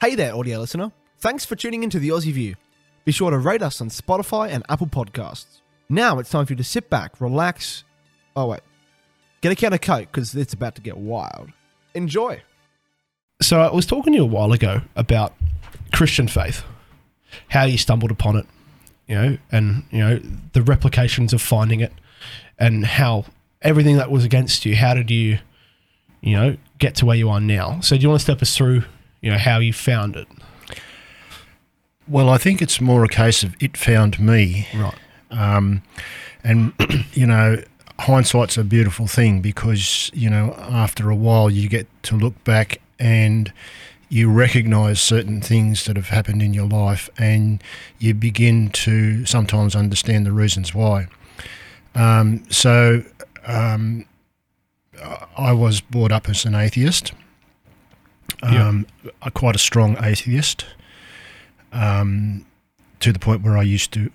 Hey there, audio listener. Thanks for tuning into the Aussie View. Be sure to rate us on Spotify and Apple Podcasts. Now it's time for you to sit back, relax. Oh, wait. Get a can of Coke because it's about to get wild. Enjoy. So I was talking to you a while ago about Christian faith, how you stumbled upon it, you know, and you know the replications of finding it, and how everything that was against you. How did you, you know, get to where you are now? So do you want to step us through, you know, how you found it? Well, I think it's more a case of it found me. Right. Um, and, you know, hindsight's a beautiful thing because, you know, after a while you get to look back and you recognize certain things that have happened in your life and you begin to sometimes understand the reasons why. Um, so um, I- I was brought up as an atheist, Yeah. um, a, quite a strong atheist, um, to the point where I used to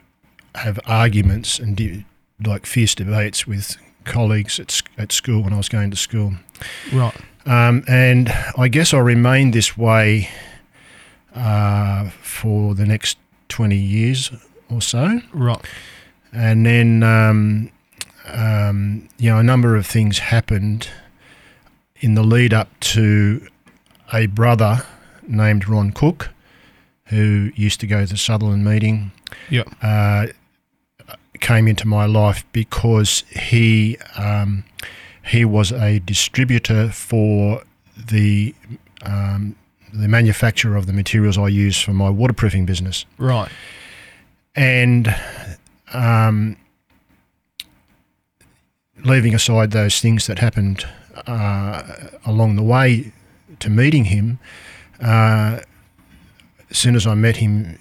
have arguments and do, like fierce debates with colleagues at, sc- at school when I was going to school. Right. Um, and I guess I remained this way uh, for the next 20 years or so. Right. And then, um, um, you know, a number of things happened in the lead up to a brother named Ron Cook, who used to go to the Sutherland meeting. Yeah. Uh, came into my life because he um, he was a distributor for the um, the manufacturer of the materials I use for my waterproofing business Right. and um, leaving aside those things that happened uh, along the way to meeting him, uh, as soon as I met him,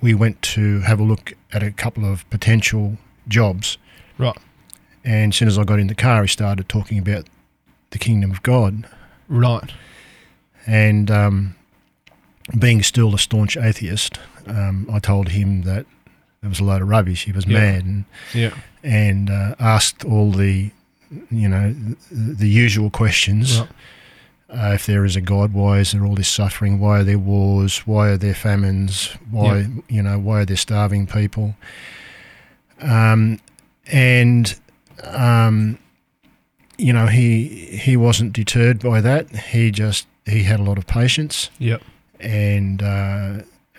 we went to have a look at a couple of potential jobs. Right. And as soon as I got in the car, he started talking about the kingdom of God. Right. And um, being still a staunch atheist, um, I told him that it was a load of rubbish. He was Yeah. mad. And Yeah. and uh, asked all the, you know, the, the usual questions. Right. Uh, if there is a God, why is there all this suffering? Why are there wars? Why are there famines? Why you know why are there starving people? Um, and um, you know he he wasn't deterred by that. He just he had a lot of patience Yeah. and uh,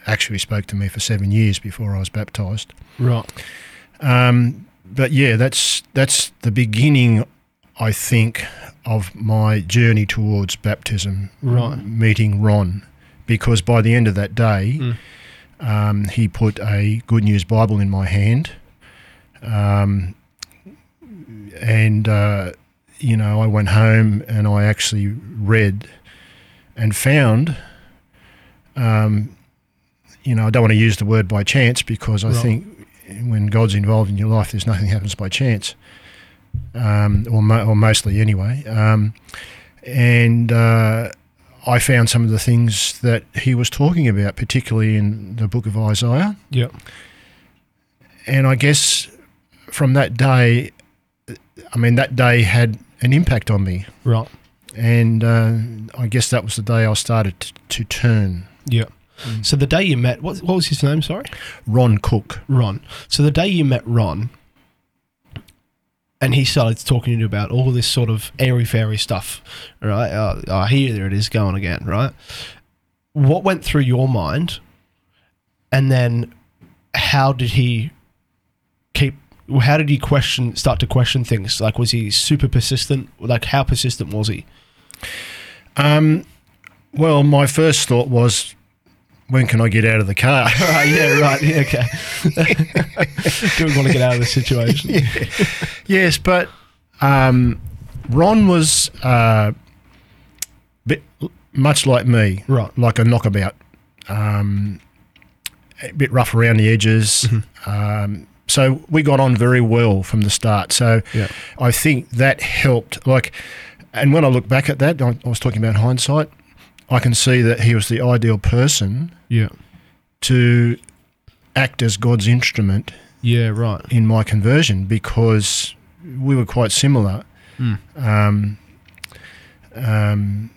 actually spoke to me for seven years before I was baptized. Right. Um, but yeah, that's that's the beginning, I think, of my journey towards baptism. Right. Meeting Ron, because by the end of that day, Mm. um, he put a Good News Bible in my hand, um, and uh, you know I went home and I actually read and found. Um, you know, I don't want to use the word by chance because I Right. think when God's involved in your life, there's nothing happens by chance, um, or mo- or mostly anyway. Um, and uh, I found some of the things that he was talking about, particularly in the Book of Isaiah. Yeah. And I guess from that day, I mean, that day had an impact on me, Right. and uh, I guess that was the day I started t- to turn. Yeah. So the day you met, what, what was his name? Sorry. Ron Cook. Ron. So the day you met Ron, and he started talking to you about all this sort of airy fairy stuff, right? Uh, oh, here, there it is going again, right? What went through your mind, and then how did he keep? How did he question? Start to question things? Like, was he super persistent? Like, how persistent was he? Um, well, my first thought was, when can I get out of the car? Right, yeah, right, yeah, okay. Didn't want to get out of the situation. Yes, but um, Ron was uh, bit, much like me, Right. Like a knockabout, um, a bit rough around the edges. Um, so we got on very well from the start. So Yeah. I think that helped. Like, and when I look back at that, I, I was talking about hindsight. I can see that he was the ideal person Yeah, to act as God's instrument yeah, right. in my conversion because we were quite similar. Um, um,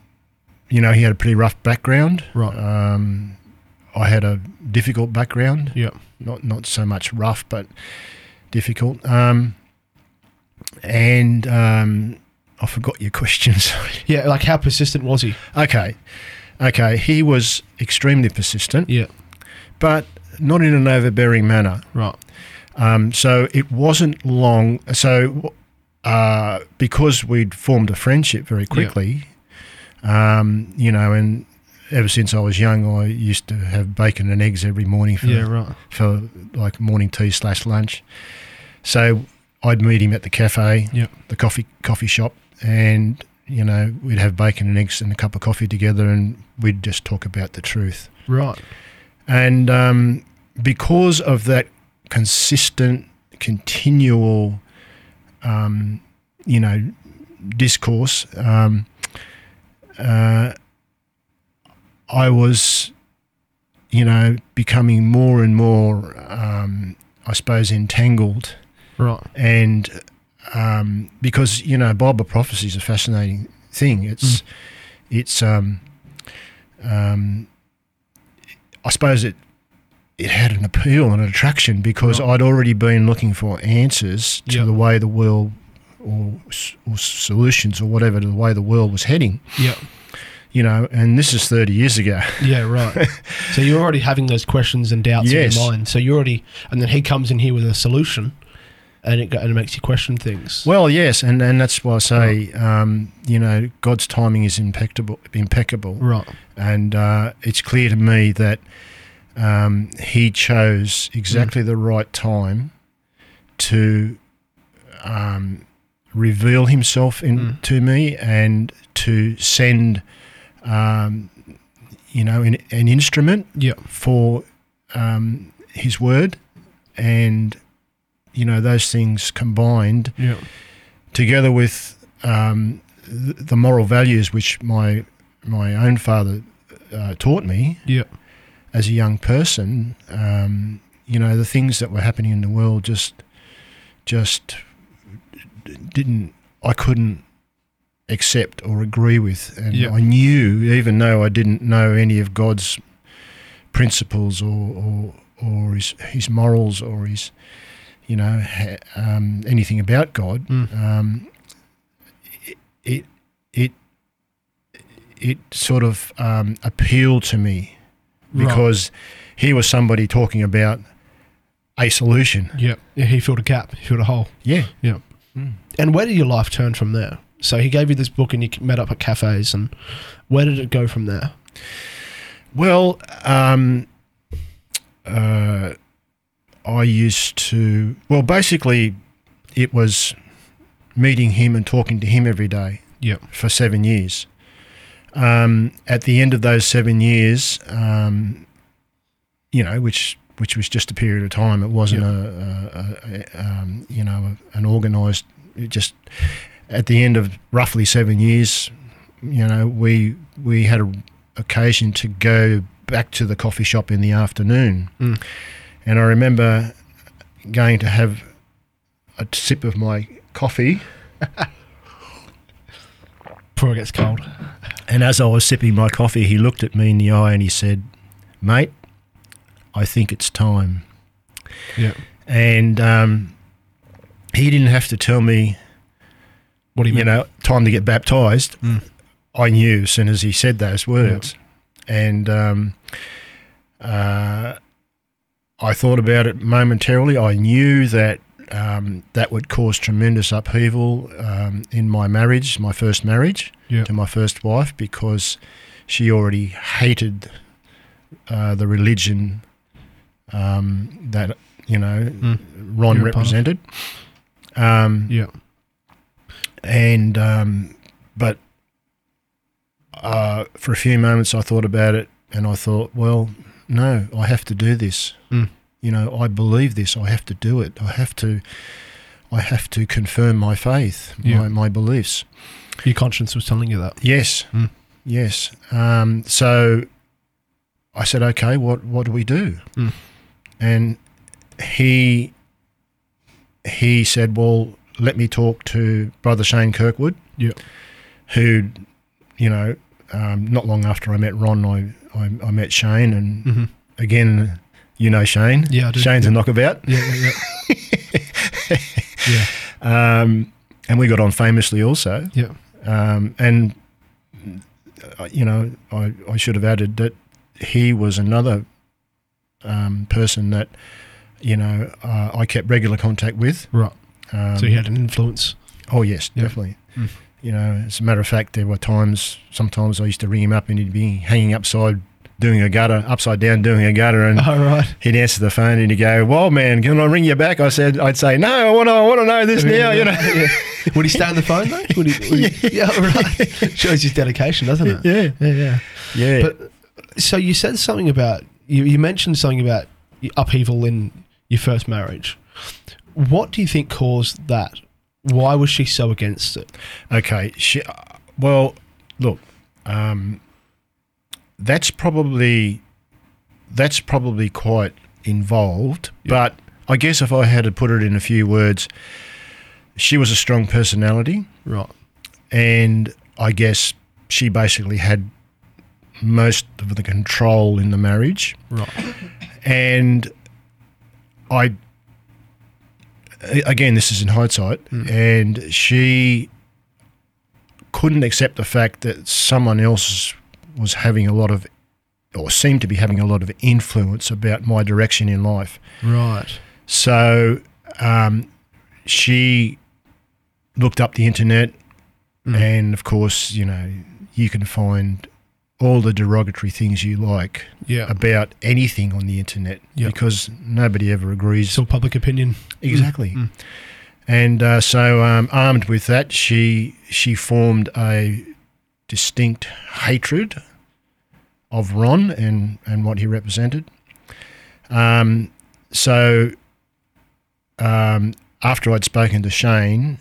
you know, he had a pretty rough background. Right. Um, I had a difficult background. Yeah. Not not so much rough, but difficult. Um, and um, I forgot your question. Sorry. Yeah, like how persistent was he? Okay. Okay. He was extremely persistent, Yeah. but not in an overbearing manner. Right. Um, so it wasn't long. So uh, because we'd formed a friendship very quickly, um, you know, and ever since I was young, I used to have bacon and eggs every morning for, Yeah, right. for like morning tea slash lunch. So I'd meet him at the cafe, Yep. the coffee coffee shop, and you know we'd have bacon and eggs and a cup of coffee together, and we'd just talk about the truth. Right. And um, because of that consistent, continual, um, you know, discourse, um, uh, I was, you know, becoming more and more, um, I suppose, entangled Right. and um, because you know Bible prophecy is a fascinating thing. It's it's um, um, I suppose it it had an appeal and an attraction because Right. I'd already been looking for answers to Yeah. the way the world or s- or solutions or whatever to the way the world was heading. Yeah. You know, and this is thirty years ago. Yeah, right. so you're already having those questions and doubts Yes. in your mind. So you're already, and then he comes in here with a solution, and it go- and it makes you question things. Well, yes, and, and that's why I say, um, you know, God's timing is impeccable. Impeccable. right. and uh, it's clear to me that um, he chose exactly the right time to um, reveal himself in Mm. to me and to send, um, you know, an, an instrument Yeah. for um, his word, and you know those things combined Yeah. together with um, th- the moral values which my my own father uh, taught me Yeah. as a young person, um, you know, the things that were happening in the world just just d- didn't I couldn't accept or agree with, and Yeah. I knew, even though I didn't know any of God's principles or or, or his his morals or his you know ha- um, anything about God, Mm. um, it, it it it sort of um, appealed to me Right. because he was somebody talking about a solution. Yeah. yeah. He filled a gap. He filled a hole. Yeah, Yeah. And where did your life turn from there? So he gave you this book, and you met up at cafes, and where did it go from there? Well, um, uh, I used to. Well, basically, it was meeting him and talking to him every day Yeah. for seven years. Um, at the end of those seven years, um, you know, which which was just a period of time. It wasn't a, a, a, a um, you know an organised. It just at the end of roughly seven years, you know, we we had a occasion to go back to the coffee shop in the afternoon, Mm. and I remember going to have a sip of my coffee. Before it gets cold. And as I was sipping my coffee, he looked at me in the eye and he said, Mate, I think it's time. Yeah. And um, he didn't have to tell me, What do you you mean? know, time to get baptized. Mm. I knew as soon as he said those words. And um, uh, I thought about it momentarily. I knew that um, that would cause tremendous upheaval um, in my marriage, my first marriage Yeah. to my first wife because she already hated uh, the religion um, that you know Mm. You're a Ron part of. represented. Um, Yeah. and um, but uh, for a few moments I thought about it, and I thought, well, no, I have to do this. Mm. You know, I believe this. I have to do it. I have to. I have to confirm my faith, Yeah. my, my beliefs. Your conscience was telling you that. Yes. Mm. Yes. Um, so I said, okay, what, what do we do? Mm. And he he said, well, let me talk to Brother Shane Kirkwood, Yeah. who, you know, um, not long after I met Ron, I, I, I met Shane, and again, you know Hmm. Shane. Mm-hmm. Yeah, I do. Shane's a knockabout. Yeah, yeah, yeah. yeah, Um, and we got on famously also. yeah. Um, and, uh, you know, I, I should have added that he was another um, person that, you know, uh, I kept regular contact with. Right. Um, so he had an influence. Oh yes, Yeah. definitely. Mm. You know, as a matter of fact, there were times. Sometimes I used to ring him up, and he'd be hanging upside, doing a gutter, upside down, doing a gutter, and All right. he'd answer the phone and he'd go, "Well, man, can I ring you back?" I said, "I'd say no. I want to. I want to know this now." You know. Yeah. Would he stay on the phone though? Would he, would he, yeah. all right. Shows his dedication, doesn't it? Yeah, Yeah, yeah. yeah. But so you said something about you, you mentioned something about upheaval in your first marriage. What do you think caused that? Why was she so against it? okay. She, well, look, um, that's probably that's probably quite involved. But I guess if I had to put it in a few words, she was a strong personality. Right. and I guess she basically had most of the control in the marriage. Right. And I, again, this is in hindsight, and she couldn't accept the fact that someone else was having a lot of, or seemed to be having a lot of influence about my direction in life. Right. So um, she looked up the internet, and of course, you know, you can find all the derogatory things you like Yeah. about anything on the internet Yeah. because nobody ever agrees. Still public opinion. exactly. And uh, so, um, armed with that, she she formed a distinct hatred of Ron and and what he represented. Um, so, um, after I'd spoken to Shane,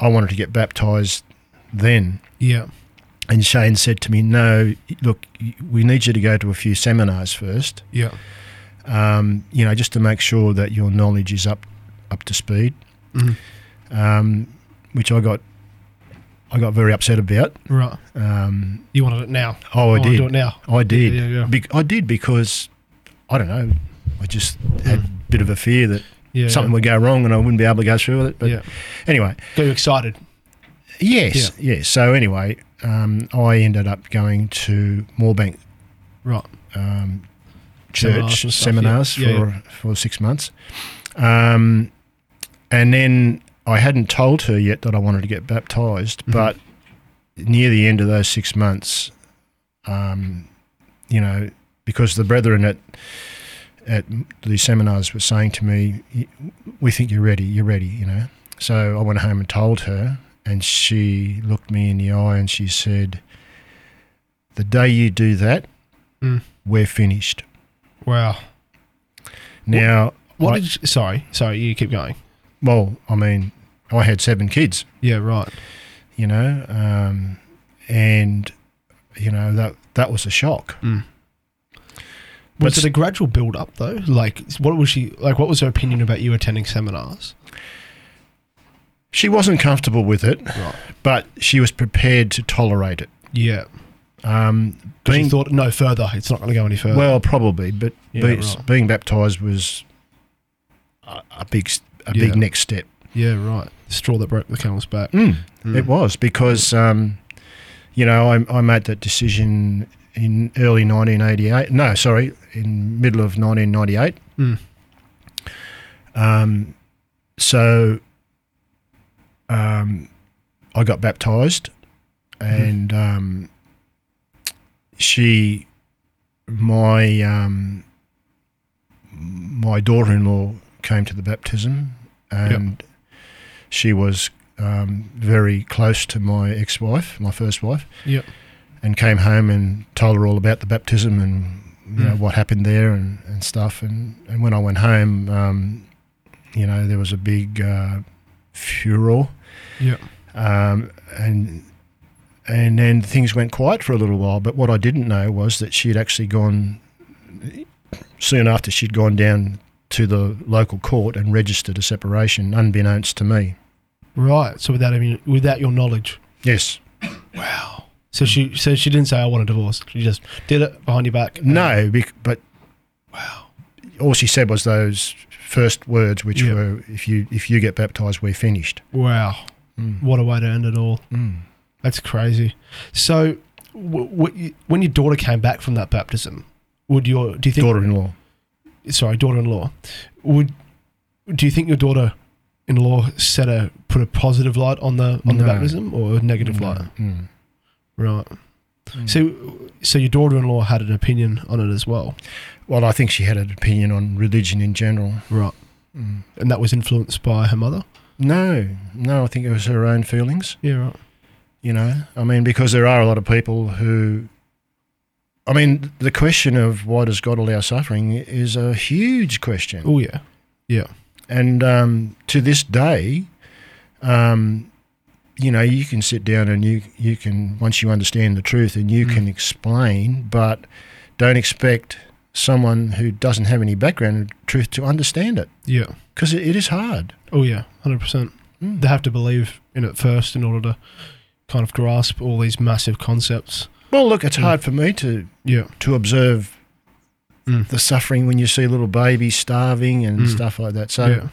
I wanted to get baptized then. Yeah. And Shane said to me, No, look, we need you to go to a few seminars first, Yeah. um, you know, just to make sure that your knowledge is up, up to speed, Mhm. um, which I got, I got very upset about. Right. Um, You wanted it now. oh, I wanna did. do it now. I did. Yeah, yeah. Bec- I did because I don't know. I just had a bit of a fear that Yeah. something would go wrong and I wouldn't be able to go through with it. But yeah. anyway, Got you excited. yes, yes. So anyway, um, I ended up going to Moorbank Right. um, Seminars Church and stuff, seminars, yeah. Yeah, for for six months, um, and then I hadn't told her yet that I wanted to get baptized, Mm-hmm. but near the end of those six months, um, you know, because the brethren at at the seminars were saying to me, "Y- "We think you're ready. You're ready," you know. So I went home and told her, and she looked me in the eye and she said, "The day you do that, Mm. we're finished." Wow. Now, What I- did you, sorry, sorry, you keep going. well, I mean, I had seven kids, Yeah, right. you know, um, and you know that that was a shock. Mm. Was But- it a gradual build up though? Like what was she like what was her opinion about you attending seminars? She wasn't comfortable with it, Right. but she was prepared to tolerate it. Yeah. Um, Because being you thought no further, it's not gonna go any further. well, probably, but Yeah, be, right. being baptized was a, a big s- a Yeah. big next step. yeah, right. Straw that broke the camel's back. Mm, It was because um, you know I, I made that decision in early 1988. No, sorry, in middle of 1998. Mm. Um, so um, I got baptized, and um, she, my um, my daughter-in-law came to the baptism, and she was um, very close to my ex-wife, my first wife, Yep. and came home and told her all about the baptism and you know, Mm. what happened there and, and stuff. And, and when I went home, um, you know, there was a big uh, furor, Yep. um, and and then things went quiet for a little while. But what I didn't know was that she'd actually gone soon after she'd gone down to the local court and registered a separation, unbeknownst to me. Right. So without even without your knowledge. Yes. Wow. So she so she didn't say I want a divorce. She just did it behind your back. No, bec- but wow. All she said was those first words, which Yeah. were, "If you if you get baptized, we're finished." Wow. What a way to end it all. That's crazy. So, w- w- when your daughter came back from that baptism, would your do you think Daughter-in-law. sorry daughter-in-law would do you think your daughter-in-law set a put a positive light on the on the No. baptism or a negative light? Mm. Right. Mm. So, so your daughter-in-law had an opinion on it as well, Well, I think she had an opinion on religion in general. right? And that was influenced by her mother. No, no, I think it was her own feelings. Yeah, right. You know, I mean, because there are a lot of people who. I mean, the question of why does God allow suffering is a huge question. Oh yeah, yeah. And um, to this day, um, you know, you can sit down and you you can once you understand the truth and Mm. you can explain, but don't expect someone who doesn't have any background in truth to understand it Yeah. because it, it is hard. Oh yeah, hundred percent. Mm. They have to believe in it first in order to kind of grasp all these massive concepts. Well, look, it's Mm. hard for me to Yeah. to observe Mm. the suffering when you see little babies starving and Mm. stuff like that. So yeah.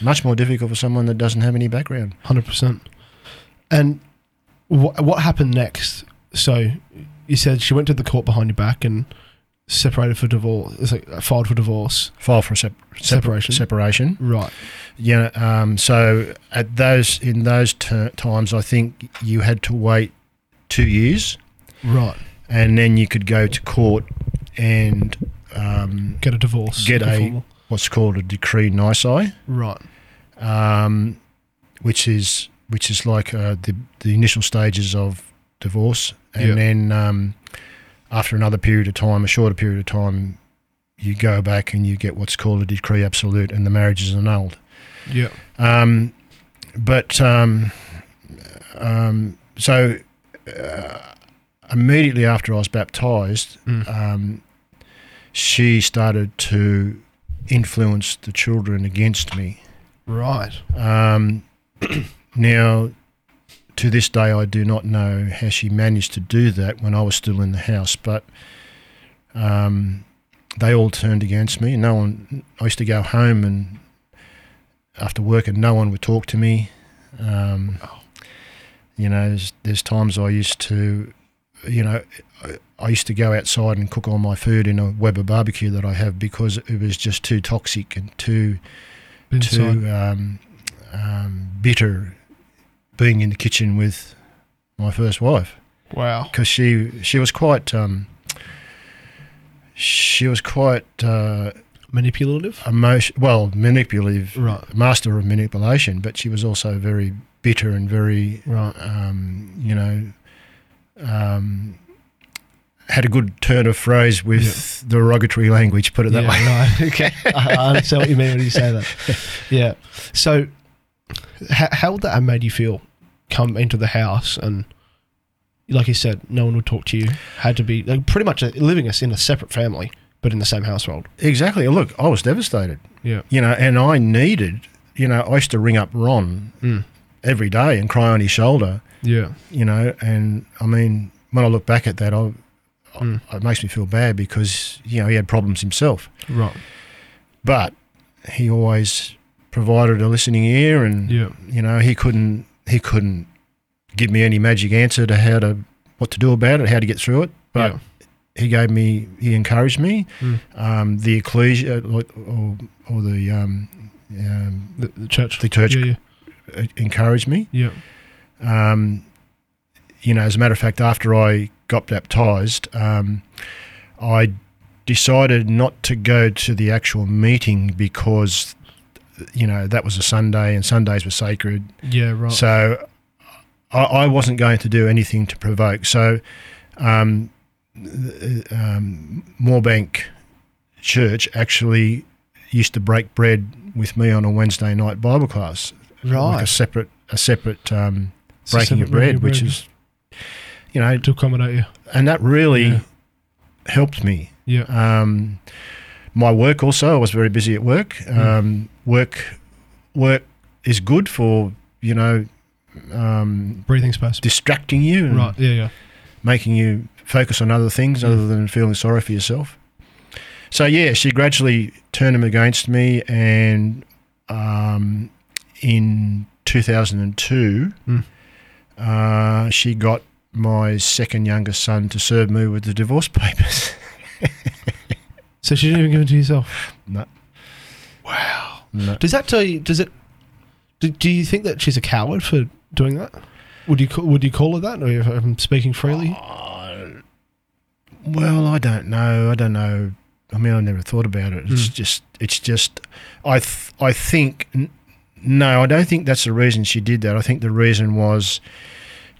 much more difficult for someone that doesn't have any background. Hundred percent. And wh- what happened next? So you said she went to the court behind your back and separated for divorce. It's like uh, filed for divorce. File for sep- sep- Separation. Separation. Right. Yeah. Um, so at those in those ter- times, I think you had to wait two years, Right. and then you could go to court and um, Get a divorce. Get a- Formal. what's called a decree nisi, Right. um, which is which is like uh, the the initial stages of divorce, and Yeah. then um, after another period of time, a shorter period of time. You go back and you get what's called a decree absolute, and the marriage is annulled. Yeah. Um, but um, um, so uh, immediately after I was baptized, Mm. um, she started to influence the children against me. Right. Um, now, to this day, I do not know how she managed to do that when I was still in the house, but um, they all turned against me. No one, I used to go home and after work, and no one would talk to me. Um, you know, there's, there's times I used to, you know, I- I used to go outside and cook all my food in a Weber barbecue that I have because it was just too toxic and too Been inside. to um, um, bitter being in the kitchen with my first wife Wow. because she she was quite um, she was quite uh, Manipulative. emotion well manipulative Right. master of manipulation but she was also very bitter and very Right. um, you know um, had a good turn of phrase with derogatory language put it that yeah, way no, okay. I, I understand what you mean when you say that. Yeah. So, how, how would that have made you feel? Come into the house and, like you said, no one would talk to you. Had to be like, pretty much living us in a separate family, but in the same household. exactly look I was devastated Yeah. you know, and I needed, you know, I used to ring up Ron Mm. every day and cry on his shoulder, Yeah. you know, and I mean, when I look back at that, I, I- Mm. it makes me feel bad because, you know, he had problems himself, Right. but he always provided a listening ear and, Yeah. you know, he couldn't, he couldn't give me any magic answer to how to, what to do about it, how to get through it, but Yeah. he gave me, he encouraged me, Mm. um, the ecclesia or, or the, um, um, The, the church. The church. Yeah. Yeah. encouraged me. yeah. Um, you know, as a matter of fact, after I got baptized, um, I decided not to go to the actual meeting because, you know, that was a Sunday and Sundays were sacred. Yeah. Right. So I, I wasn't going to do anything to provoke. So um, th- um, Moorbank Church actually used to break bread with me on a Wednesday night Bible class like a right. separate a separate um, It's a breaking of separate bread, breaking which bread. is you know, to accommodate you. and that really Yeah. helped me. Yeah. Um, my work also, I was very busy Hmm. at work. Um, Work work is good for you know um, breathing space. distracting you and Right. Mm. Yeah. Yeah. making you focus on other things other than feeling sorry for yourself. So yeah, she gradually turned him against me, and um, in 2002, Mm. uh, she got my second youngest son to serve me with the divorce papers. So she didn't even give it to yourself. no, Wow. no. Does that tell you? Does it? Do, do you think that she's a coward for doing that? Would you ca- would you call her that? Or if I'm speaking freely. Uh, well, I don't know. I don't know. I mean, I never thought about it. It's Mm. just, it's just. I, th- I think, n- no, I don't think that's the reason she did that. I think the reason was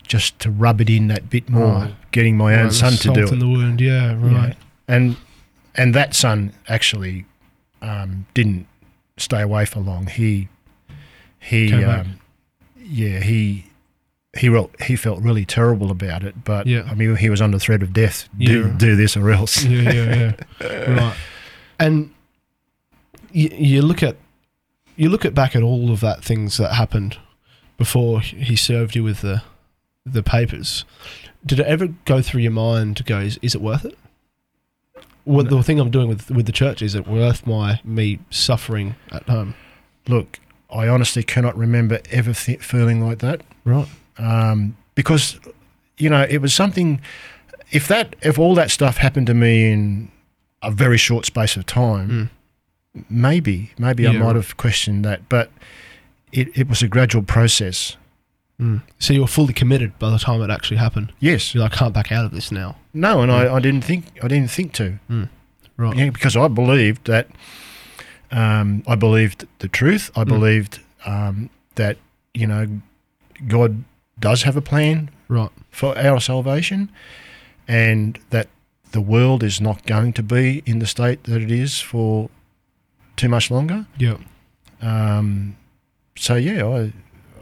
just to rub it in that bit more, Right. getting my own Right, son to salt do in it, Oh. the wound. Yeah. you know. Right. And and that son actually um, didn't stay away for long. He he Came back. um, yeah he he re- he felt really terrible about it. But Yeah. I mean, he was under threat of death. Do Yeah. Mm. do this or else. yeah, yeah, yeah. right. And you, you look at you look at back at all of that things that happened before he served you with the the papers. Did it ever go through your mind to go, is, is it worth it? What the thing I'm doing with with the church is it worth my me suffering at home? Look, I honestly cannot remember ever th- feeling like that. Right. um, because you know it was something. If that, if all that stuff happened to me in a very short space of time, maybe, maybe I Hmm. Yeah, might right. have questioned that. But it, it was a gradual process. Mm. So you were fully committed by the time it actually happened. Yes. You're like, I can't back out of this now. No, and I, I didn't think I didn't think to. Mm. Hmm. Right. Yeah, because I believed that um, I believed the truth. Hmm. I believed um, that you know God does have a plan Right. for our salvation, and that the world is not going to be in the state that it is for too much longer. Yeah. Um, so yeah, I,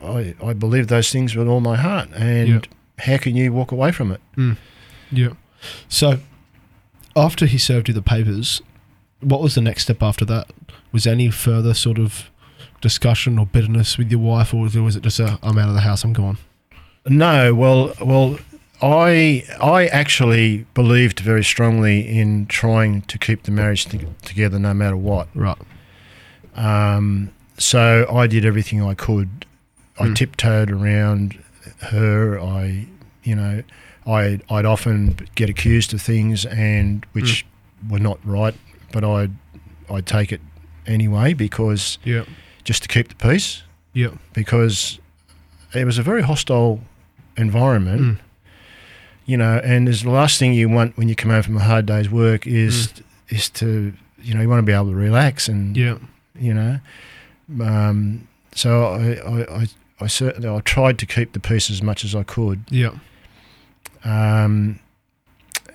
I I believe those things with all my heart, and Yeah. how can you walk away from it? Yeah. So after he served you the papers, what was the next step after that? Was any further sort of discussion or bitterness with your wife, or was it just a I'm out of the house, I'm gone? No, well, well, I I actually believed very strongly in trying to keep the marriage to- together no matter what. Right. Um, so I did everything I could. I Mm. tiptoed around her. I, you know, I I'd often get accused of things and which were not right, but I would I would take it anyway because Yeah. just to keep the peace Yeah. because it was a very hostile environment. Mm. You know, and is the last thing you want when you come home from a hard day's work is Hmm. is to you know you want to be able to relax and Yeah. you know. Um, so I, I, I, I certainly I tried to keep the peace as much as I could. Yeah. Um,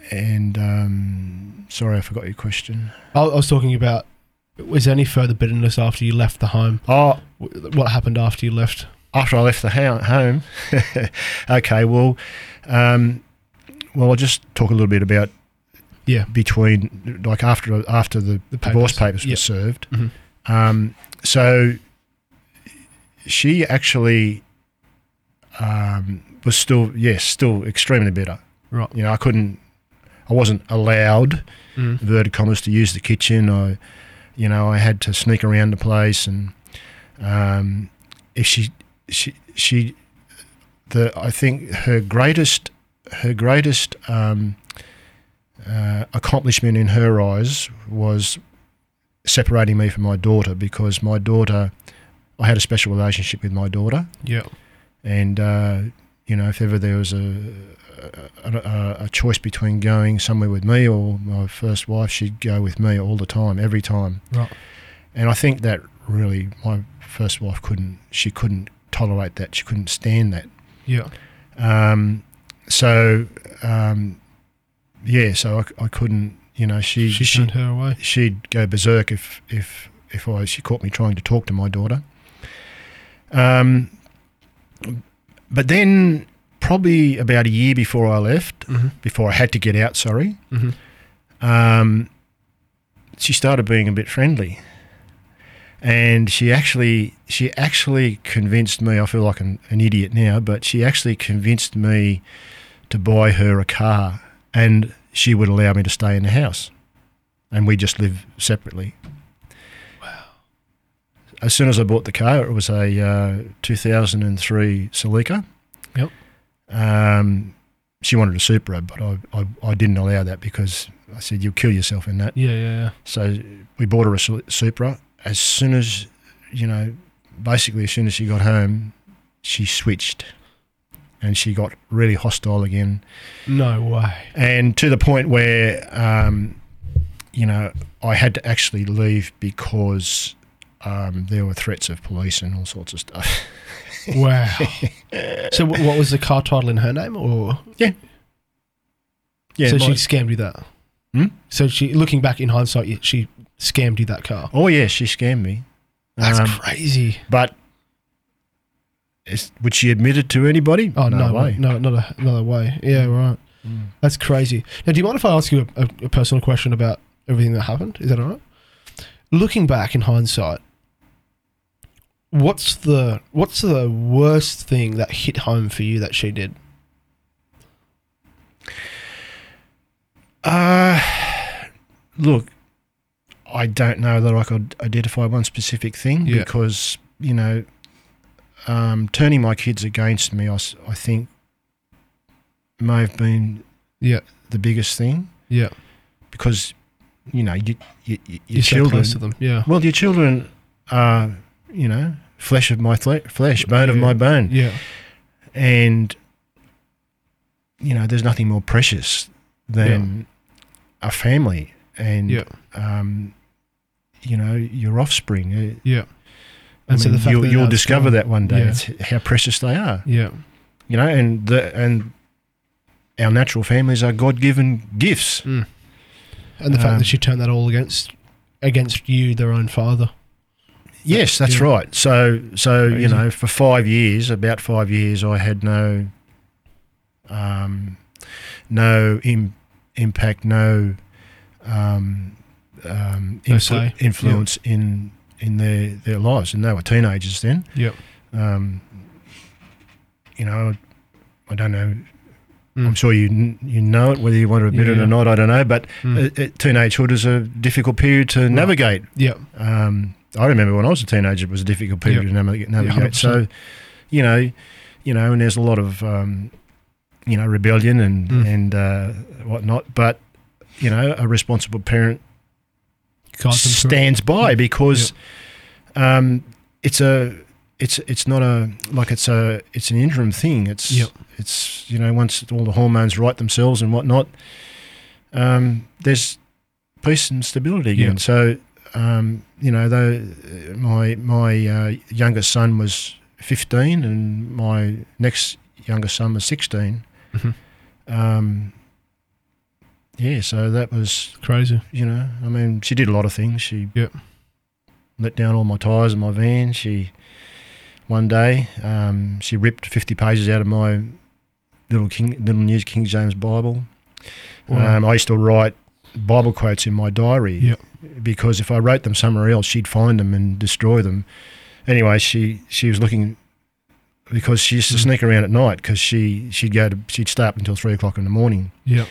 and um, sorry, I forgot your question. I, I was talking about was there any further bitterness after you left the home? Oh, W- What happened after you left? after I left the ho- home. okay, well, um, well, I'll just talk a little bit about Yeah. between like after after the, The divorce papers. papers Yeah. were served. Mhm. Um, so she actually um, was still yes, still extremely bitter. Right. You know, I couldn't, I wasn't allowed Mm. inverted commas to use the kitchen. I, you know, I had to sneak around the place, and um, if she, she, she, the I think her greatest, her greatest um, uh, accomplishment in her eyes was separating me from my daughter because my daughter, I had a special relationship with my daughter, Yeah. and uh, you know, if ever there was a, a, a, a choice between going somewhere with me or my first wife, she'd go with me all the time, every time. Right. And I think that really, my first wife couldn't, she couldn't tolerate that, she couldn't stand that. Yeah. Um, so, um, yeah, so I, I couldn't, you know, she, She, she, turned her away. she'd go berserk if if if I she caught me trying to talk to my daughter. Um, but then probably about a year before I left, Mhm. before I had to get out, sorry, Mhm. um, she started being a bit friendly, and she actually she actually convinced me. I feel like an, an idiot now, but she actually convinced me to buy her a car, and she would allow me to stay in the house, and we just live separately. Wow! As soon as I bought the car, it was a uh, 2003 Celica. Yep. Um, she wanted a Supra, but I, I, I didn't allow that because I said you'll kill yourself in that. Yeah, yeah, yeah. So we bought her a Su- Supra. As soon as, you know, basically as soon as she got home, she switched and she got really hostile again. No way. And to the point where, um, you know, I had to actually leave because um, there were threats of police and all sorts of stuff. Wow. so, wh- what was the car title in her name, or yeah. so my- she scammed you that? Hmm? So she, looking back in hindsight, you- she scammed you that car. oh, yeah, she scammed me. That's Um, crazy. But is, would she admit it to anybody? Oh no, way. Hmm. no, not a, another way. Yeah, right. Mm. That's crazy. Now, do you mind if I ask you a, a, a personal question about everything that happened? Is that all right? Looking back in hindsight, what's the what's the worst thing that hit home for you that she did? Uh, look, I don't know that I could identify one specific thing Yeah. because, you know, um, turning my kids against me, I, s- I think, may have been Yeah. the biggest thing Yeah, because, you know, you, you, you, your you're so children. close to them. Yeah, well, your children are, you know, flesh of my fle- flesh, bone of Yeah. my bone. yeah, and you know there's nothing more precious than a family and Yeah. um, you know your offspring Uh, yeah. I mean, you'll, that you'll now it's discover gone- that one day Yeah. it's how precious they are Yeah, you know and the, and our natural families are god-given gifts and the fact Um, that she turned that all against against you, their own father. yes that's yeah. right so so Crazy. you know for 5 years about 5 years I had no um, no Im- impact, no um, um, No influ- say. influence in in their their lives, and they were teenagers then. Yep. Um, you know, I don't know. Mm. I'm sure you kn- you know it, whether you want to admit it Yeah. or not. I don't know, but Mm. uh, uh, teenagehood is a difficult period to navigate. Yep. Um, I remember when I was a teenager, it was a difficult period to navigate. navigate. so, 100%. you know, you know, and there's a lot of, um, you know, rebellion and Mm. and uh, whatnot. But you know, a responsible parent Guides them through it. stands by because um, it's a it's it's not a like it's a it's an interim thing. It's Yep. it's you know once all the hormones right themselves and whatnot, um, there's peace and stability again. Yep. So um, you know though uh, my my uh, youngest son was 15 and my next youngest son was 16. Mhm. Um, yeah, so that was Crazy. you know, I mean, she did a lot of things. She Yep. let down all my tyres in my van. She one day um, she ripped fifty pages out of my little King, little New King James Bible. Wow. Um, I used to write Bible quotes in my diary Yep. because if I wrote them somewhere else, she'd find them and destroy them. Anyway, she she was looking because she used to Mm. sneak around at night because she she'd go to she'd stay up until three o'clock in the morning Yep.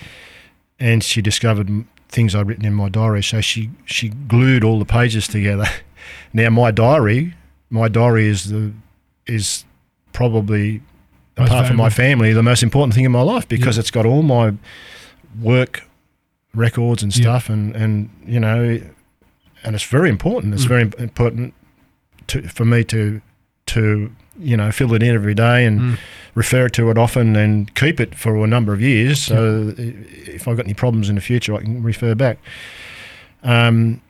and she discovered m- things I'd written in my diary. So she she glued all the pages together. now my diary, my diary is the is probably Most apart from my valuable. family the most important thing in my life because Yeah. it's got all my work records and Yeah. stuff and and you know and it's very important it's Mm. very im- important to, for me to to you know fill it in every day and Mm. refer to it often and keep it for a number of years. So i if I've got any problems in the future, I can refer back. Um,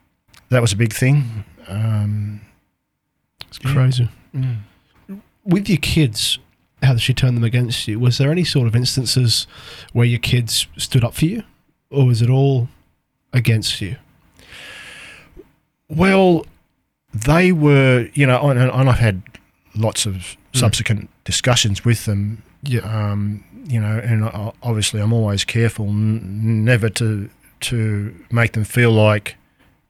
that was a big thing. Um, It's Yeah. crazy. with your kids, how she turned them against you, was there any sort of instances where your kids stood up for you, or was it all against you? Well, they were, you know, and, and I've had lots of Mm. subsequent discussions with them. Yeah, Um, you know, and I- obviously I'm always careful n- never to to make them feel like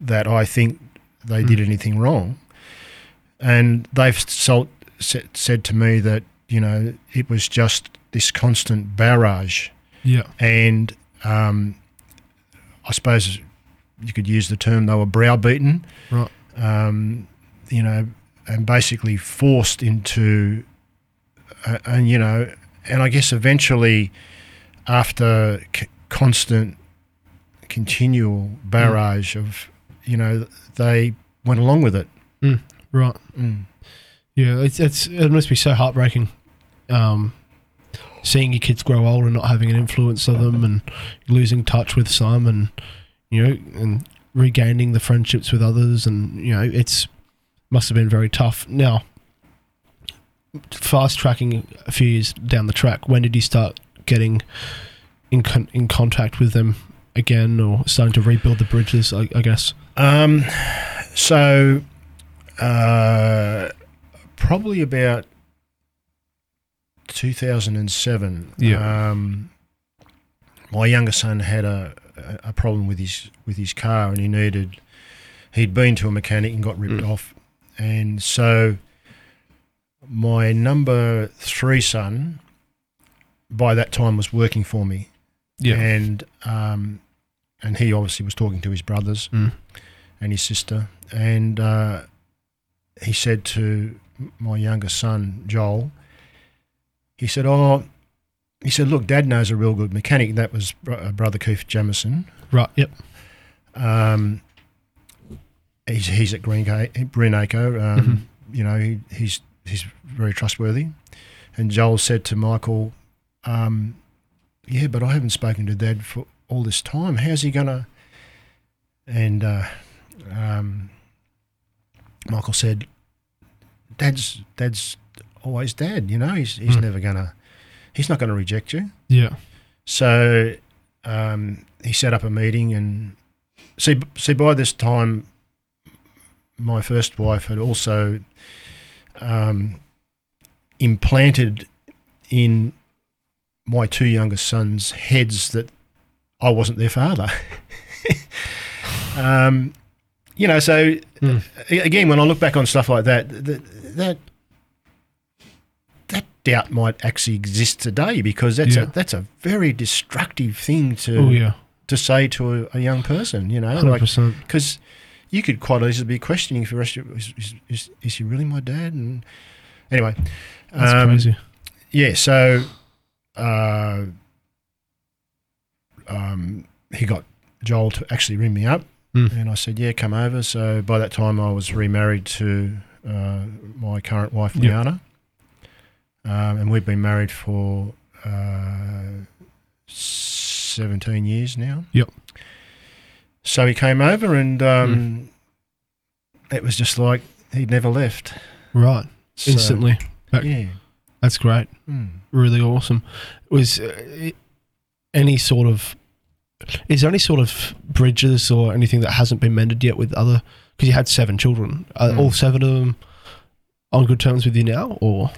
that I think they did anything wrong. and they've sold, said, said to me that you know it was just this constant barrage Yeah. and um, I suppose you could use the term they were browbeaten, Right. Um, you know, and basically forced into, uh, and you know, and I guess eventually, after c- constant, continual barrage of, you know, they went along with it. Right. Mm. Yeah. It's, it's it must be so heartbreaking. Um, seeing your kids grow older and not having an influence of them, and losing touch with some, and you know, and regaining the friendships with others, and you know, it's must have been very tough. Now, fast tracking a few years down the track, when did you start getting in con- in contact with them again, or starting to rebuild the bridges? I, I guess. Um, so, uh, probably about 2007. Yeah. Um, my younger son had a a a problem with his with his car, and he needed. He'd been to a mechanic and got ripped off, and so my number three son, by that time, was working for me and um, and he obviously was talking to his brothers Mm. and his sister, and uh, he said to my younger son Joel, he said, "Oh." He said, "Look, Dad knows a real good mechanic. That was br- uh, Brother Keith Jamison. Right. Yep. Um, he's, he's at Green, Ca- Greenacre. Um, You know, he, he's he's very trustworthy. And Joel said to Michael, um, "Yeah, but I haven't spoken to Dad for all this time. How's he gonna?" And uh, um, Michael said, "Dad's Dad's always Dad. You know, he's he's Mm. never gonna. He's not gonna reject you." Yeah. So um, he set up a meeting, and see, see, by this time, my first wife had also um, implanted in my two youngest sons' heads that I wasn't their father. um, you know, so Hmm. a- again, when I look back on stuff like that, that that that doubt might actually exist today because that's Yeah. a that's a very destructive thing to Oh yeah. to say to a, a young person. You know, Hundred like percent. because you could quite easily be questioning for the rest of is, is, is, is he really my dad? And anyway, That's um, crazy. yeah, so uh, um, he got Joel to actually ring me up, Mm. and I said, "Yeah, come over." So by that time, I was remarried to uh, my current wife, Yeah. Liana, um, and we've been married for uh, seventeen years now. Yep. So he came over, and um, Hmm. it was just like he'd never left. Right. So, Instantly. Back- yeah. That's great. Mm. Really awesome. Was uh, any sort of is there any sort of bridges or anything that hasn't been mended yet with other? Because you had seven children, are Mm. all seven of them on good terms with you now, or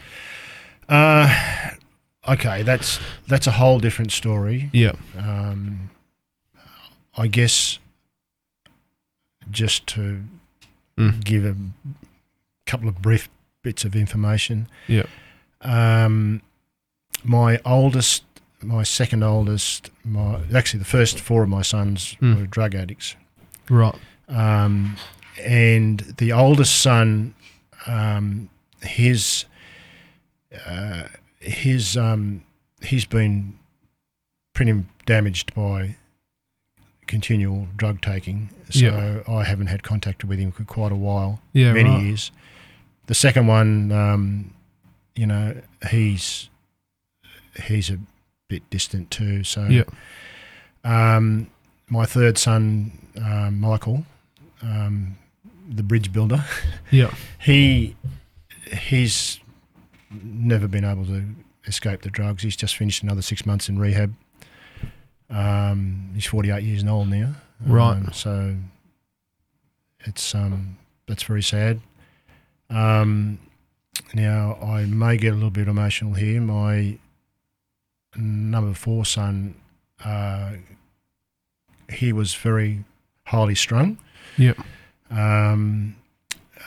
Uh, okay, that's that's a whole different story. yeah, Um, I guess just to Mm. give a couple of brief bits of information. Yeah. Um, my oldest, my second oldest, my actually the first four of my sons Mm. were drug addicts. right, Um, and the oldest son, um, his, uh, his, um, he's been pretty damaged by continual drug taking. So Yeah. I haven't had contact with him for quite a while, yeah, many right. years. The second one, um, you know, he's he's a bit distant too. So Yeah. um, my third son, um, Michael, um, the bridge builder, yeah, he he's never been able to escape the drugs. He's just finished another six months in rehab. Um, he's forty eight years old now. Right. Um, so it's um that's very sad. Um, now I may get a little bit emotional here. My number four son, uh, he was very highly strung. Yep. Um,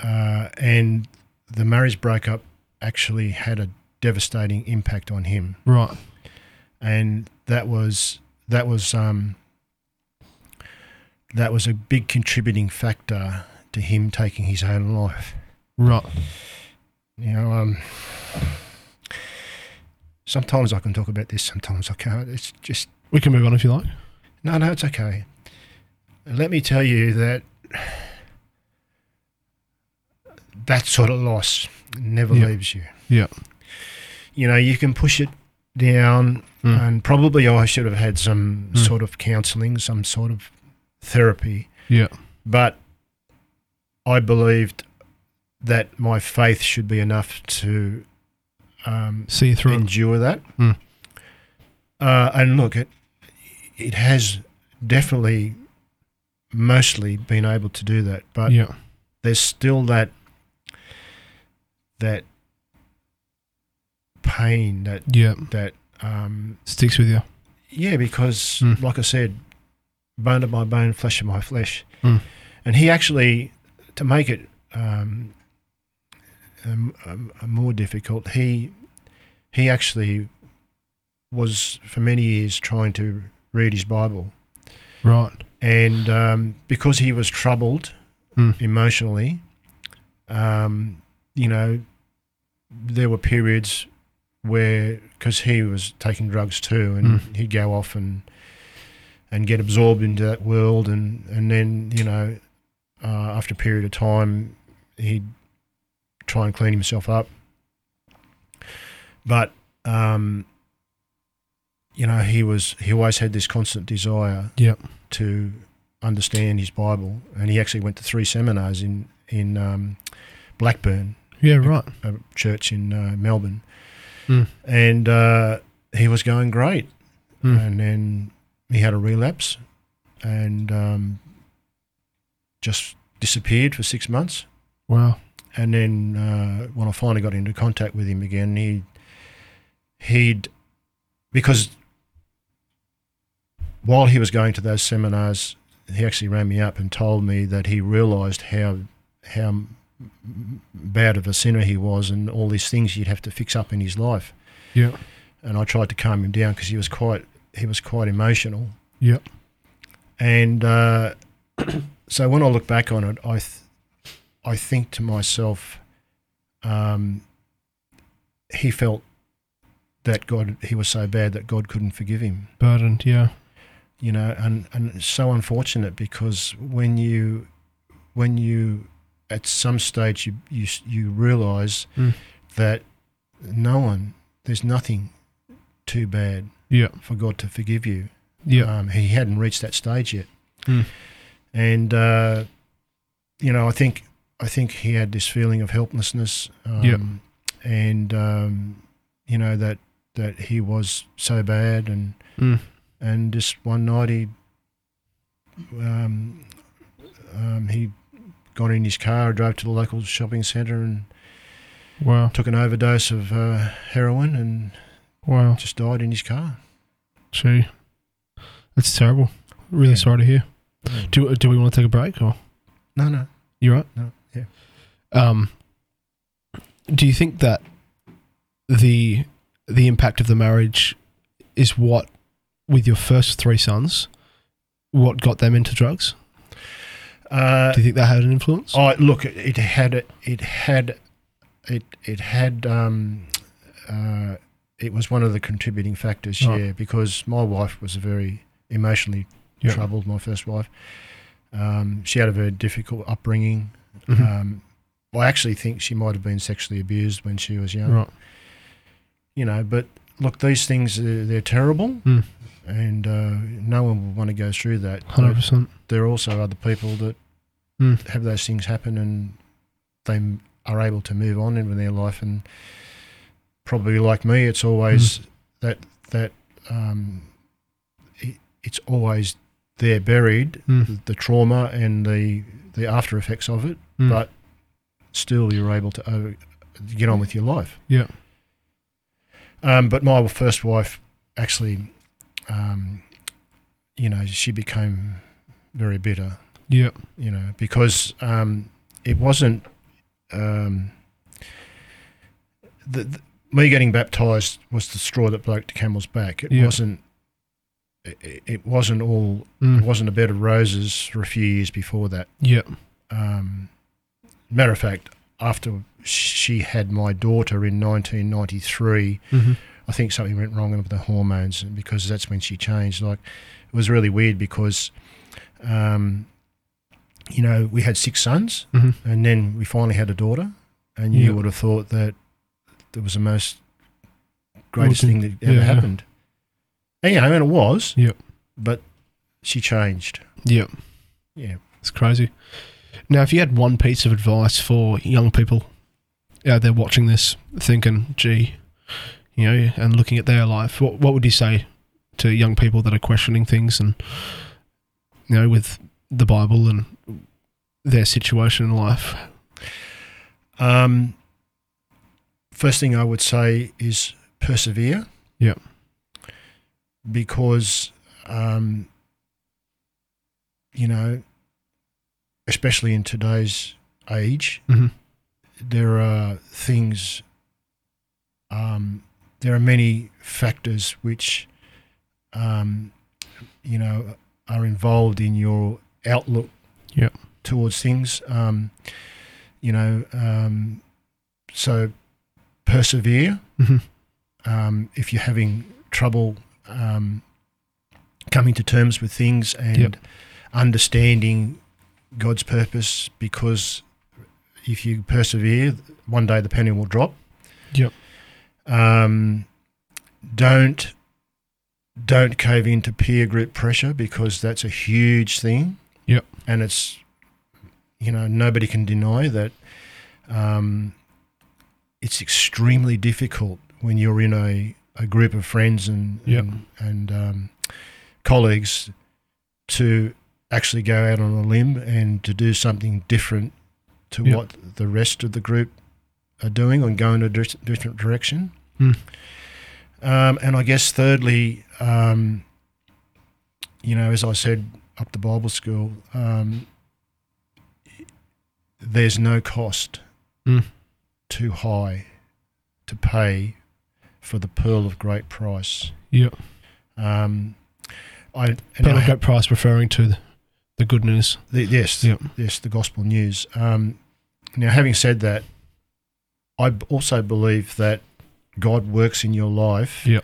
uh, and the marriage breakup actually had a devastating impact on him, Right. and that was that was um, that was a big contributing factor to him taking his own life. Right. You know, um, sometimes I can talk about this, sometimes I can't. It's just We can move on if you like. No, no, it's okay. Let me tell you that that sort of loss never Yeah. leaves you. Yeah. You know, you can push it down, Mm. and probably I should have had some Mm. sort of counseling, some sort of therapy, Yeah. but I believed that my faith should be enough to um, See you through. it. endure that. Mm. Uh, and look, it it has definitely mostly been able to do that, but Yeah. there's still that that pain that Yeah. that um, Sticks with you. yeah, because Mm. like I said, bone of my bone, flesh of my flesh, Mm. and he actually to make it. Um, um, um, more difficult. He he actually was for many years trying to read his Bible, Right. and um, because he was troubled Mm. emotionally, um, you know, there were periods where because he was taking drugs too, and Mm. he'd go off and and get absorbed into that world, and and then you know, uh, after a period of time, he'd try and clean himself up, but. Um, you know, he was he always had this constant desire to understand his Bible, and he actually went to three seminars in in um, Blackburn, Yeah. Right. a church in uh, Melbourne, Mm. and uh, he was going great. Mm. And then he had a relapse, and um, just disappeared for six months. Wow. And then uh, when I finally got into contact with him again, he he'd because while he was going to those seminars, he actually rang me up and told me that he realised how how m- m- bad of a sinner he was, and all these things he'd have to fix up in his life. Yeah. And I tried to calm him down because he was quite he was quite emotional. Yeah. And uh, so when I look back on it, I, th- I think to myself, um, he felt that God, he was so bad that God couldn't forgive him, Burdened. Yeah. you know, and, and it's so unfortunate because when you, when you, at some stage, you, you, s- you realize Mm. that no one, there's nothing too bad Yeah. for God to forgive you. Yeah. Um, he hadn't reached that stage yet. Mm. And uh, you know, I think I think he had this feeling of helplessness. Um, Yep. And um, you know that that he was so bad, and Mm. and just one night he um, um, he got in his car, drove to the local shopping centre, and Wow. took an overdose of uh, heroin, and Wow. just died in his car. Gee. That's terrible. Really Yeah. sorry to hear. Do Do we want to take a break or No, no, you all right? no. Yeah. Um, do you think that the the impact of the marriage is what, with your first three sons, what got them into drugs? Uh, Do you think that had an influence? Oh, look, it, it had it had it it had um, uh, it was one of the contributing factors. Right. Yeah, because my wife was a very emotionally Yeah. troubled. My first wife, um, she had a very difficult upbringing. Mhm. Um, I actually think she might have been sexually abused when she was young. right. You know, but look, these things uh, they're, they're terrible, Mm. and uh, no one would want to go through that. Hundred percent. there are also other people that Mm. have those things happen and they m- are able to move on in their life and probably like me it's always that that um, it, it's always there buried Mm. the, the trauma and the the after effects of it Mm. but still you're able to over, get on with your life Yeah. um, but my first wife actually um, you know she became very bitter Yeah. you know, because um, it wasn't um, the, the- me getting baptized was the straw that broke the camel's back. It Yeah. wasn't. It, it wasn't all. Mm. It wasn't a bed of roses for a few years before that. Yeah. Um, matter of fact, after she had my daughter in 1993, Mm-hmm. I think something went wrong with the hormones and because that's when she changed. Like it was really weird because, um, you know, we had six sons Mhm. and then we finally had a daughter, and Yeah. you would have thought that that was the most greatest Would be- thing that ever yeah. happened. And, you know, and it was. Yep. But she changed. Yeah. Yeah. It's crazy. Now, if you had one piece of advice for young people out there watching this, thinking, gee, you know, and looking at their life, what, what would you say to young people that are questioning things and, you know, with the Bible and their situation in life? Um, first thing I would say is persevere. Yep. Because, um, you know, especially in today's age, Mhm. there are things, um, there are many factors which, um, you know, are involved in your outlook Yep. towards things. Um, you know, um, so persevere. Mhm. Um, if you're having trouble um, coming to terms with things and Yep. understanding God's purpose, because if you persevere, one day the penny will drop. Yep. Um, don't don't cave into peer group pressure because that's a huge thing. Yep. And it's you know nobody can deny that um, it's extremely difficult when you're in a, a group of friends and Yep. and, and um, colleagues to actually go out on a limb and to do something different to Yep. what the rest of the group are doing and go in a dis- different direction. Hmm. Um, and I guess thirdly, um, you know, as I said up to Bible school, um, there's no cost Mm. too high to pay for the pearl of great price. Yeah. Um, I, and Pearl I- of Great Price referring to the, the good news. the, yes, Yep. yes, the gospel news. Um, now, having said that, I b- also believe that God works in your life, Yep.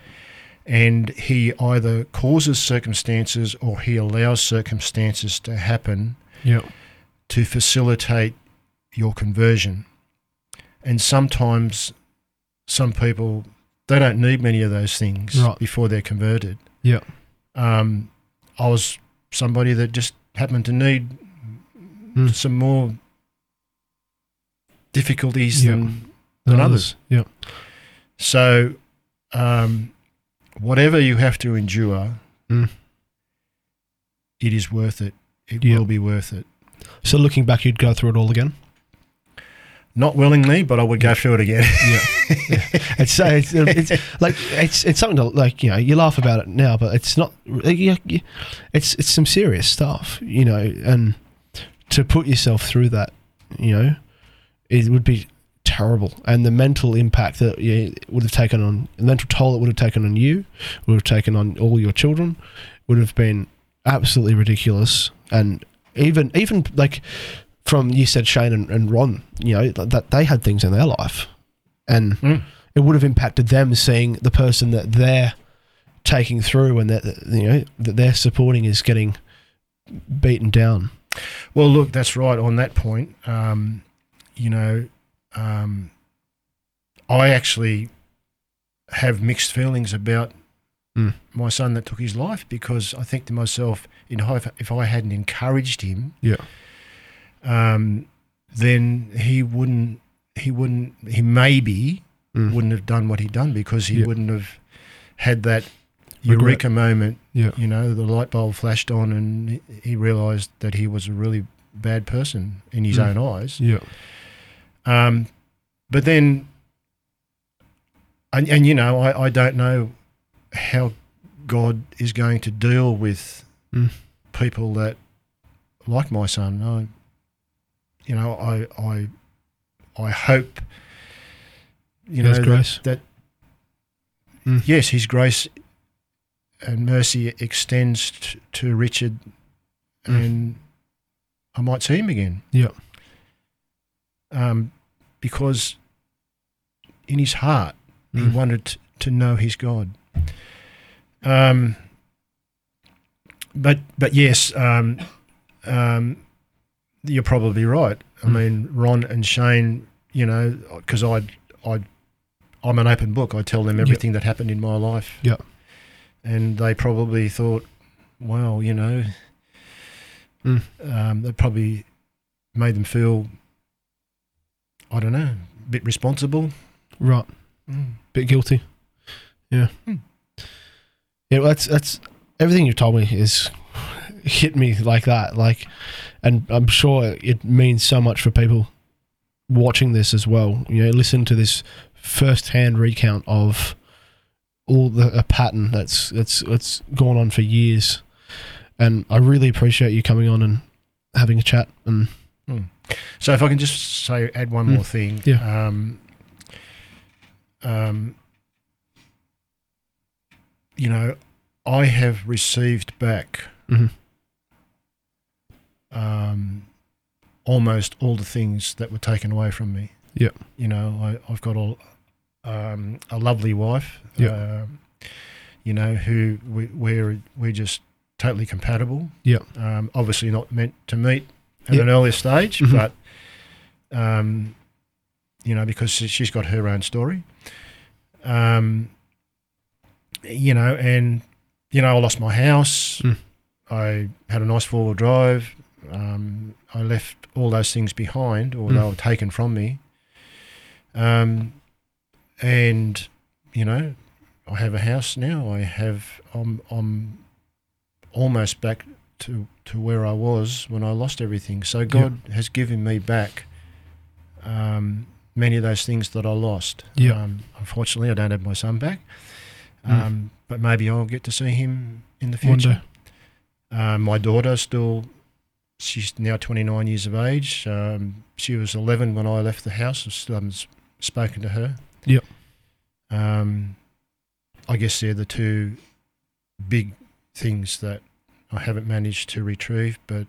and He either causes circumstances or He allows circumstances to happen Yeah. to facilitate your conversion. And sometimes some people they don't need many of those things Right. before they're converted. Yeah. Um, I was somebody that just happened to need Mm. some more difficulties Yeah. than Than others. Yeah. so, um, whatever you have to endure, Mm. it is worth it. It Yeah. will be worth it. So looking back, you'd go through it all again. Not willingly, but I would go through it again. It's, uh, it's, it's like it's it's something to like you know you laugh about it now, but it's not. You, you, it's it's some serious stuff, you know, and to put yourself through that, you know, it would be terrible, and the mental impact that you it would have taken on the mental toll it would have taken on you, would have taken on all your children, would have been absolutely ridiculous, and even even like from you said Shane and, and Ron, you know, that they had things in their life, and Mm. it would have impacted them seeing the person that they're taking through and that that, you know that they're supporting is getting beaten down. Well, look, that's right on that point. Um, you know, um, I actually have mixed feelings about Mm. my son that took his life because I think to myself, you know, if, if I hadn't encouraged him, Yeah. um, then he wouldn't, he wouldn't, he maybe Mm. wouldn't have done what he'd done because he Yeah. wouldn't have had that Regret. eureka moment Yeah. you know, the light bulb flashed on and he realized that he was a really bad person in his Mm. own eyes. Yeah. Um, but then, and, and you know, I, I don't know how God is going to deal with Mm. people that, like my son, I, you know, I, I, I hope you know God's that, grace. that Mm. yes, His grace and mercy extends t- to Richard, Mm. and I might see him again. Yep. Um, because in his heart, he Mm. wanted t- to know his God. Um, but but yes, um, um, you're probably right. I Mm. mean, Ron and Shane, you know, because I I I'm an open book. I tell them Yep. everything that happened in my life. Yep. And they probably thought, well, you know, Mm. um, that probably made them feel, I don't know, a bit responsible. Right. Mm. Bit guilty. Yeah. Hmm. Yeah, well, that's that's everything you've told me is hit me like that. Like and I'm sure it means so much for people watching this as well. You know, listen to this first hand recount of all the a pattern that's that's that's gone on for years. And I really appreciate you coming on and having a chat and So if I can just say, add one Mm. more thing. Yeah. Um, um, you know, I have received back Mhm. um, almost all the things that were taken away from me. Yeah. You know, I, I've got all, um, a lovely wife. Yeah. um, you know, who we, we're we're just totally compatible. Yeah. Um, obviously not meant to meet at Yeah. an earlier stage, Mhm. but um, you know, because she- she's got her own story. Um, you know, and you know, I lost my house. Mm. I had a nice four wheel drive. Um, I left all those things behind, or they Mm. were taken from me. Um, and you know, I have a house now. I have. I'm. I'm almost back to to where I was when I lost everything. So God has given me back um, many of those things that I lost. Yeah. Um, unfortunately, I don't have my son back, Mm. um, but maybe I'll get to see him in the one day. future. Uh, my daughter still. She's now 29 years of age. Um, she was 11 when I left the house. I still haven't s- spoken to her. Yep. Um, I guess they're the two big things that I haven't managed to retrieve, but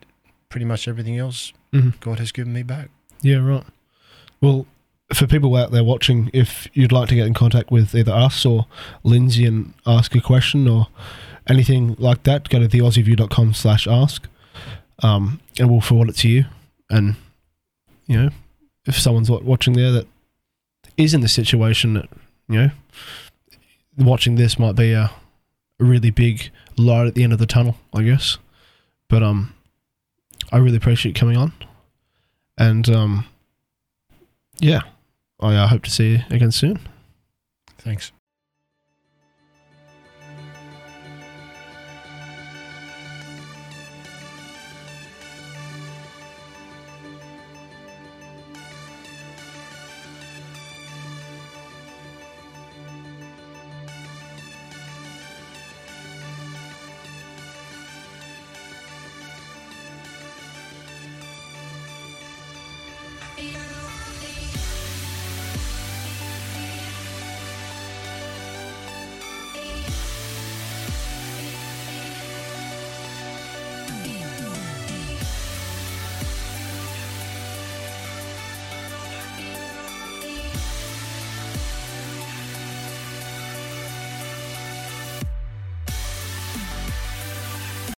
pretty much everything else Mhm. God has given me back. Yeah, right. Well, for people out there watching, if you'd like to get in contact with either us or Lindsay and ask a question or anything like that, go to theaussieview.com slash ask um, and we'll forward it to you. And, you know, if someone's wa- watching there that is in the situation that, you know, watching this might be a really big light at the end of the tunnel, I guess. But um, I really appreciate you coming on. And um, yeah, I uh, hope to see you again soon. Thanks.